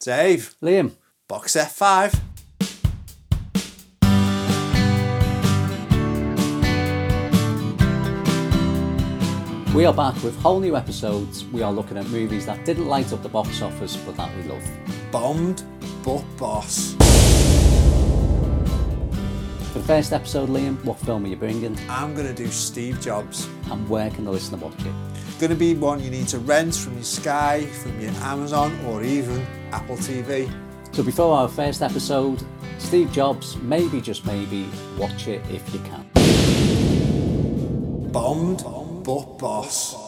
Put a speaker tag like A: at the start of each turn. A: Dave,
B: Liam.
A: box set five.
B: We are back with whole new episodes. We are looking at movies that didn't light up the box office but that we love.
A: Bombed, but boss.
B: For the first episode, Liam, what film are you bringing
A: I'm gonna do Steve Jobs.
B: and where can the listener watch it?
A: Gonna be one you need to rent from your Sky, from your Amazon, or even Apple TV.
B: So before our first episode, Steve Jobs, maybe just maybe, watch it if you can.
A: Bombed, but boss.